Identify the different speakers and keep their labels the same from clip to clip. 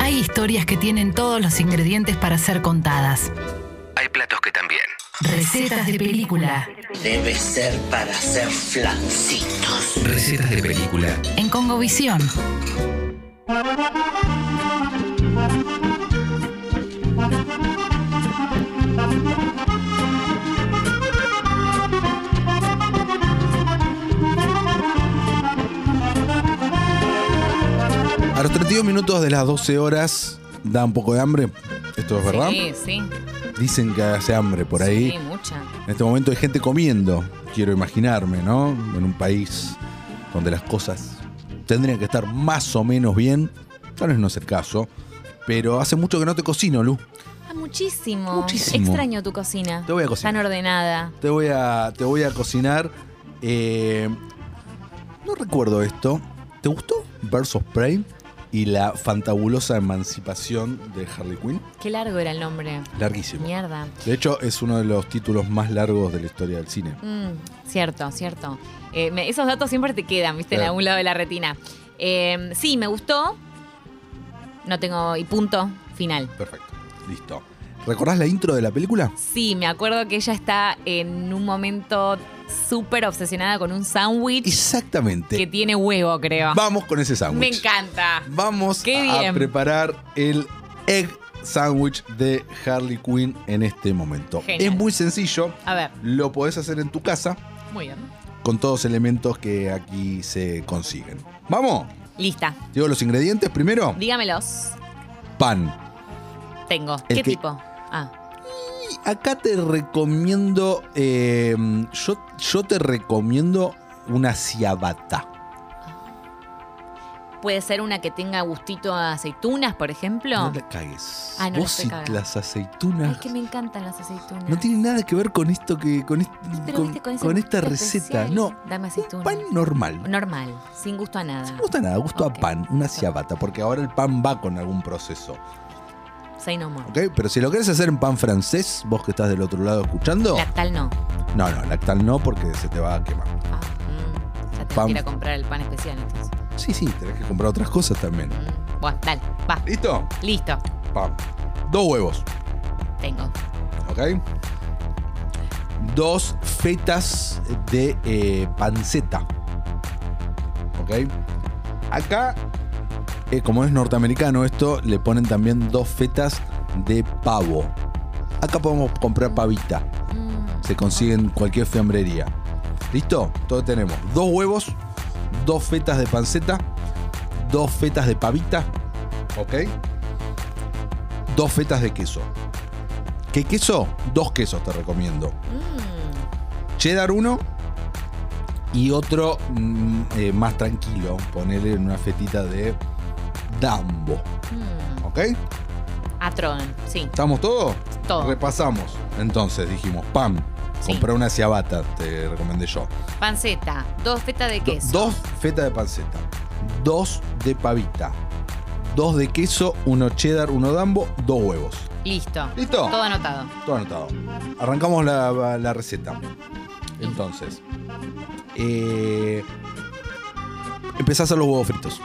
Speaker 1: Hay historias que tienen todos los ingredientes para ser contadas.
Speaker 2: Hay platos que también.
Speaker 1: Recetas de película.
Speaker 3: Debe ser para hacer flancitos.
Speaker 2: Recetas de película.
Speaker 1: En Congovisión.
Speaker 4: A los 32 minutos de las 12 horas da un poco de hambre. Esto es verdad.
Speaker 5: Sí, sí.
Speaker 4: Dicen que hace hambre por ahí.
Speaker 5: Sí, mucha.
Speaker 4: En este momento hay gente comiendo, quiero imaginarme, ¿no? En un país donde las cosas tendrían que estar más o menos bien. Tal vez no es el caso. Pero hace mucho que no te cocino, Lu.
Speaker 5: Ah, muchísimo.
Speaker 4: Muchísimo.
Speaker 5: Extraño tu cocina.
Speaker 4: Te voy a cocinar.
Speaker 5: Tan ordenada.
Speaker 4: Te voy a, te voy a cocinar. eh, no recuerdo esto. ¿Te gustó Versus Prey y la fantabulosa emancipación de Harley Quinn?
Speaker 5: Qué largo era el nombre.
Speaker 4: Larguísimo.
Speaker 5: Mierda.
Speaker 4: De hecho, es uno de los títulos más largos de la historia del cine.
Speaker 5: Mm, cierto, cierto. Eh, me- esos datos siempre te quedan, viste, en
Speaker 4: Claro.
Speaker 5: algún lado de la retina. Eh, sí, me gustó. No tengo. Y punto final.
Speaker 4: Perfecto. Listo. ¿Recordás la intro de la película?
Speaker 5: Sí, me acuerdo que ella está en un momento súper obsesionada con un sándwich que
Speaker 4: Exactamente.
Speaker 5: tiene huevo, creo.
Speaker 4: Vamos con ese
Speaker 5: Me
Speaker 4: sándwich.
Speaker 5: encanta.
Speaker 4: Vamos
Speaker 5: Qué
Speaker 4: a
Speaker 5: bien.
Speaker 4: preparar el egg sándwich de Harley Quinn en este momento.
Speaker 5: Genial.
Speaker 4: Es muy sencillo.
Speaker 5: A ver,
Speaker 4: Lo podés hacer en tu casa
Speaker 5: muy bien.
Speaker 4: con todos los elementos que aquí se consiguen. Vamos.
Speaker 5: Lista.
Speaker 4: Digo los ingredientes primero.
Speaker 5: Dígamelos.
Speaker 4: Pan.
Speaker 5: Tengo.
Speaker 4: El
Speaker 5: ¿Qué
Speaker 4: que-
Speaker 5: tipo? Ah,
Speaker 4: Acá te recomiendo. eh, yo, yo te recomiendo una ciabatta.
Speaker 5: puede ser una que tenga gustito a aceitunas, por
Speaker 4: No,
Speaker 5: ejemplo.
Speaker 4: la cagues.
Speaker 5: Ah, no la
Speaker 4: Vos
Speaker 5: estoy
Speaker 4: y
Speaker 5: cagando.
Speaker 4: las aceitunas.
Speaker 5: Ay, que me encantan las aceitunas.
Speaker 4: No tiene nada que ver con esto que. con, est-
Speaker 5: Pero
Speaker 4: con-
Speaker 5: viste, ese
Speaker 4: con esta
Speaker 5: gustito
Speaker 4: receta.
Speaker 5: especial.
Speaker 4: No.
Speaker 5: Dame
Speaker 4: Un
Speaker 5: aceitunas.
Speaker 4: pan normal.
Speaker 5: Normal, sin gusto a nada.
Speaker 4: No me gusta nada, gusto
Speaker 5: Ok.
Speaker 4: a pan, una ciabatta, porque ahora el pan va con algún proceso.
Speaker 5: Say no more.
Speaker 4: ¿Ok? Pero si lo querés hacer en pan francés, vos que estás del otro lado escuchando.
Speaker 5: Lactal no.
Speaker 4: No, no, lactal no, porque se te va a quemar.
Speaker 5: Ah, mm. Ya tengo
Speaker 4: Pan-
Speaker 5: que ir a comprar el pan especial entonces.
Speaker 4: Sí, sí, tenés que comprar otras cosas también.
Speaker 5: Mm. Bueno, dale, va.
Speaker 4: ¿Listo?
Speaker 5: Listo,
Speaker 4: Pam. Dos huevos.
Speaker 5: tengo.
Speaker 4: ¿ok? Dos fetas de eh, panceta, ¿ok? Acá, eh, como es norteamericano esto, le ponen también dos fetas de pavo. Acá podemos comprar pavita,
Speaker 5: Mm.
Speaker 4: se consigue en cualquier fiambrería. ¿Listo? Todo tenemos. Dos huevos, dos fetas de panceta, dos fetas de pavita, ¿ok? Dos fetas de queso. ¿Qué queso? Dos quesos te recomiendo.
Speaker 5: Mm.
Speaker 4: Cheddar uno y otro mm, eh, más tranquilo. Ponele una fetita de dambo,
Speaker 5: Mm.
Speaker 4: ¿ok?
Speaker 5: Atron, sí.
Speaker 4: ¿Estamos todos?
Speaker 5: Todo.
Speaker 4: Repasamos. Entonces dijimos, pam,
Speaker 5: Sí.
Speaker 4: comprar una ciabatta, te recomendé yo.
Speaker 5: Panceta, dos fetas de
Speaker 4: Do-
Speaker 5: queso.
Speaker 4: Dos fetas de panceta, dos de pavita, dos de queso, uno cheddar, uno dambo, dos huevos.
Speaker 5: Listo.
Speaker 4: ¿Listo?
Speaker 5: Todo anotado.
Speaker 4: Todo anotado. Arrancamos la, la receta. Entonces, eh, empezás a hacer los huevos fritos.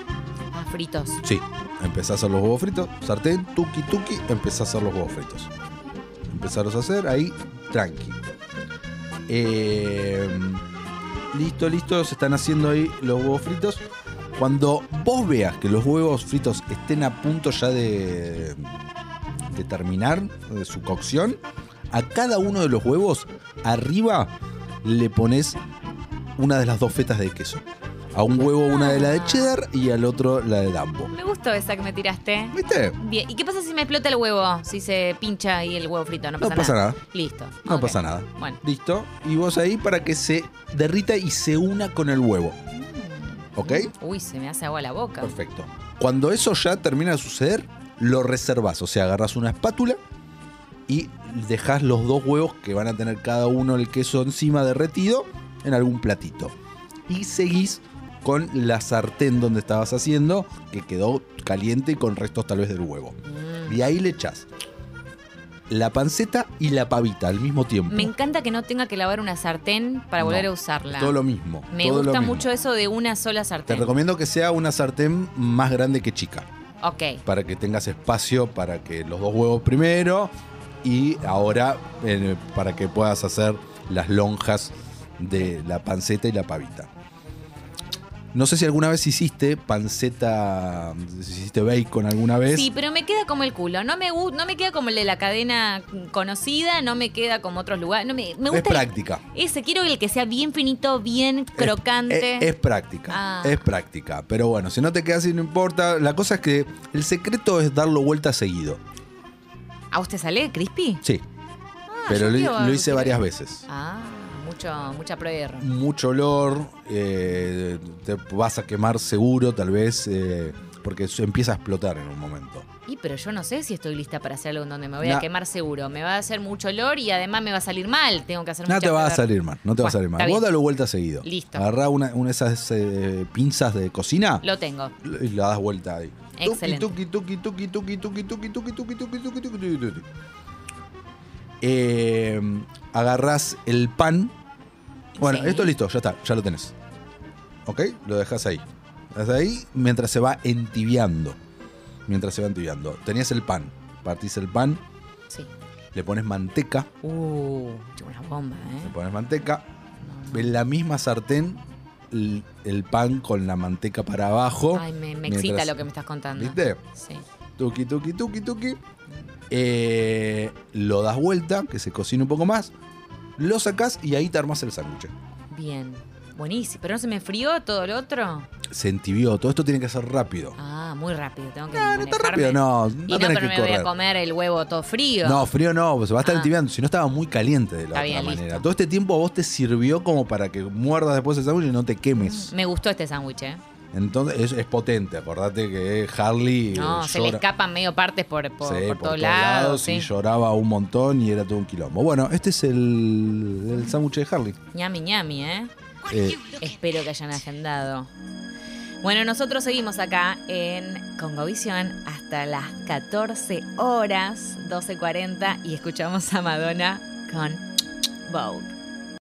Speaker 5: Ah, fritos.
Speaker 4: Sí, empezás a hacer los huevos fritos. Sartén, tuki tuki, empezás a hacer los huevos fritos. Empezarlos a hacer ahí, tranqui. Eh, listo, listo, se están haciendo ahí los huevos fritos. Cuando vos veas que los huevos fritos estén a punto ya de, de terminar de su cocción, a cada uno de los huevos arriba le pones una de las dos fetas de queso. A un huevo una de la de cheddar y al otro la de dambo.
Speaker 5: Me gustó esa que me tiraste.
Speaker 4: ¿Viste?
Speaker 5: Bien. ¿Y qué pasa si me explota el huevo? Si se pincha ahí el huevo frito. No
Speaker 4: No
Speaker 5: pasa,
Speaker 4: pasa nada.
Speaker 5: Listo.
Speaker 4: No
Speaker 5: Ok.
Speaker 4: pasa nada.
Speaker 5: Bueno.
Speaker 4: Listo. Y vos ahí para que se derrita y se una con el huevo.
Speaker 5: Mm.
Speaker 4: ¿Ok?
Speaker 5: Uy, se me hace agua la boca.
Speaker 4: Perfecto. Cuando eso ya termina de suceder, lo reservas. O sea, agarras una espátula y dejas los dos huevos que van a tener cada uno el queso encima derretido en algún platito. Y seguís con la sartén donde estabas haciendo, que quedó caliente y con restos tal vez del huevo.
Speaker 5: Mm.
Speaker 4: Y ahí le echás la panceta y la pavita al mismo tiempo.
Speaker 5: Me encanta que no tenga que lavar una sartén para
Speaker 4: No,
Speaker 5: volver a
Speaker 4: Es
Speaker 5: usarla.
Speaker 4: Todo lo mismo.
Speaker 5: me
Speaker 4: todo lo
Speaker 5: gusta este.
Speaker 4: mismo.
Speaker 5: mucho eso de una sola
Speaker 4: Te
Speaker 5: sartén.
Speaker 4: recomiendo que sea una sartén más grande que chica.
Speaker 5: Ok.
Speaker 4: para que tengas espacio para que los dos huevos primero y ahora eh, para que puedas hacer las lonjas de la panceta y la pavita. No sé si alguna vez hiciste panceta, si hiciste bacon alguna vez.
Speaker 5: Sí, pero me queda como el culo. No me, gu- no me queda como el de la cadena conocida, no me queda como otros lugares. No me, me
Speaker 4: es
Speaker 5: gusta el-
Speaker 4: práctica.
Speaker 5: ese, quiero el que sea bien finito, bien
Speaker 4: Es- eh,
Speaker 5: crocante.
Speaker 4: Es, es práctica.
Speaker 5: Ah.
Speaker 4: Es práctica. Pero bueno, si no te quedas así, no importa. La cosa es que el secreto es darlo vuelta seguido.
Speaker 5: ¿A usted sale crispy?
Speaker 4: Sí. pero
Speaker 5: Ah, yo
Speaker 4: lo,
Speaker 5: quiero-
Speaker 4: lo hice
Speaker 5: quiero-
Speaker 4: varias veces.
Speaker 5: Ah, mucho, mucha prueba y error.
Speaker 4: mucho olor, eh, te vas a quemar seguro, tal vez, eh, porque eso empieza a explotar en un momento.
Speaker 5: Y pero yo no sé si estoy lista para hacer algo en donde me voy
Speaker 4: No.
Speaker 5: a quemar seguro. Me va a hacer mucho olor y además me va a salir mal. Tengo que hacer
Speaker 4: No
Speaker 5: mucha
Speaker 4: te va a
Speaker 5: prueba.
Speaker 4: salir mal, no te va a
Speaker 5: Bueno,
Speaker 4: salir
Speaker 5: está
Speaker 4: mal.
Speaker 5: bien.
Speaker 4: Vos dalo vuelta seguido.
Speaker 5: Listo.
Speaker 4: Agarrá una, una de esas eh, pinzas de cocina
Speaker 5: Lo tengo.
Speaker 4: y la das vuelta ahí. Tuki,
Speaker 5: Excelente.
Speaker 4: tuki, tuki, tuki, tuki, tuki, tuki, tuki, tuki, tuki, tuki, tuki, tuki, tuki. Eh, agarrás el pan. Bueno,
Speaker 5: Sí.
Speaker 4: esto listo, ya está, ya lo tenés. ¿Ok? Lo dejas ahí. Dejas ahí mientras se va entibiando. Mientras se va entibiando. Tenías el pan. Partís el pan,
Speaker 5: Sí.
Speaker 4: le pones manteca.
Speaker 5: Uh, una bomba,
Speaker 4: Le
Speaker 5: ¿eh?
Speaker 4: pones manteca.
Speaker 5: No, no.
Speaker 4: En la misma sartén, el, el pan con la manteca para abajo.
Speaker 5: Ay, me, me
Speaker 4: mientras-
Speaker 5: excita lo que me estás contando.
Speaker 4: ¿Viste?
Speaker 5: Sí.
Speaker 4: Tuki, tuki, tuki, tuki. Eh, lo das vuelta, que se cocine un poco más. Lo sacás y ahí te armas el sándwich.
Speaker 5: Bien. Buenísimo. ¿Pero no se me frió todo lo otro?
Speaker 4: Se entibió. Todo esto tiene que ser rápido. Ah,
Speaker 5: Ah, muy rápido. Tengo que
Speaker 4: no, no está
Speaker 5: manejarme.
Speaker 4: rápido, no.
Speaker 5: Ah, Y
Speaker 4: No
Speaker 5: no,
Speaker 4: tenés
Speaker 5: pero
Speaker 4: que
Speaker 5: me voy a
Speaker 4: correr.
Speaker 5: comer el huevo todo frío.
Speaker 4: No, frío no, se va a estar
Speaker 5: Ah.
Speaker 4: entibiando. Si no, estaba muy caliente de la
Speaker 5: Está
Speaker 4: otra
Speaker 5: bien,
Speaker 4: manera.
Speaker 5: listo.
Speaker 4: Todo este tiempo a vos te sirvió como para que muerdas después el sándwich y no te quemes.
Speaker 5: Me gustó este sándwich, ¿eh?
Speaker 4: Entonces, es, es potente. Acordate que Harley. eh,
Speaker 5: No, se le
Speaker 4: llora-
Speaker 5: escapan medio partes por, por,
Speaker 4: Sí, por
Speaker 5: por todos
Speaker 4: todos
Speaker 5: lados.
Speaker 4: lados,
Speaker 5: Sí.
Speaker 4: y lloraba un montón y era todo un quilombo. Bueno, este es el, el sándwich de Harley.
Speaker 5: Ñami, ñami, ¿eh?
Speaker 4: Eh,
Speaker 5: Espero que hayan agendado. Bueno, nosotros seguimos acá en Congovisión hasta las 14 horas, 12.40, y escuchamos a Madonna con Vogue.